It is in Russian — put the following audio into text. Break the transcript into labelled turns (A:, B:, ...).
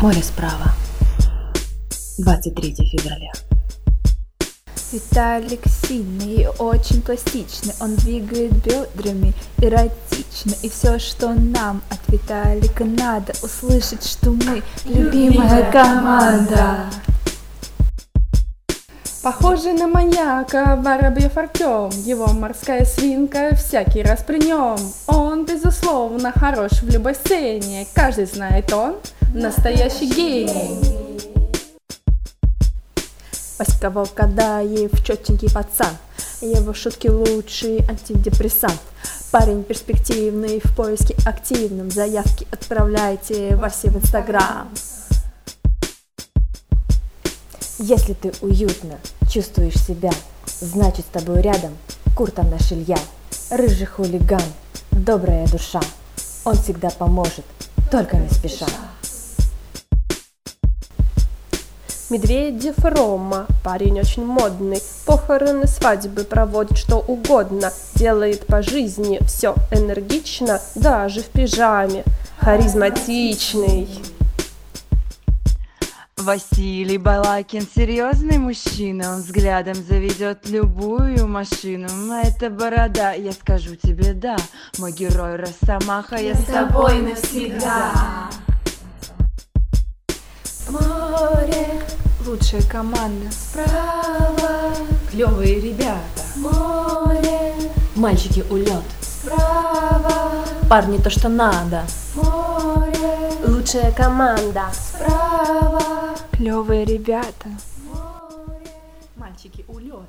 A: Море справа. 23 февраля.
B: Виталик сильный и очень пластичный, он двигает бедрами эротично, и все, что нам от Виталика надо, услышать, что мы любимая команда.
C: Похожий на маньяка Воробьев Артем, его морская свинка всякий раз при нем. Он, безусловно, хорош в любой сцене, каждый знает он настоящий гений.
D: Васька Волкодаев четенький пацан, его шутки лучший антидепрессант. Парень перспективный, в поиске активном, заявки отправляйте Васе в Инстаграм.
E: Если ты уютно чувствуешь себя, значит с тобой рядом Куртан наш Илья, рыжий хулиган, добрая душа. Он всегда поможет, только не спеша.
F: Медведев Рома, парень очень модный, похороны, свадьбы проводит что угодно, делает по жизни все энергично, даже в пижаме, харизматичный.
G: Василий Балакин серьезный мужчина, он взглядом заведет любую машину. А это борода, я скажу тебе да, мой герой Росомаха, я с тобой навсегда.
B: Море, лучшая команда справа.
A: Клевые ребята.
B: Море,
E: Мальчики улет,
B: справа.
E: парни то, что надо.
B: Море,
F: Лучшая команда.
B: справа. Клевые ребята.
A: Мальчики улет.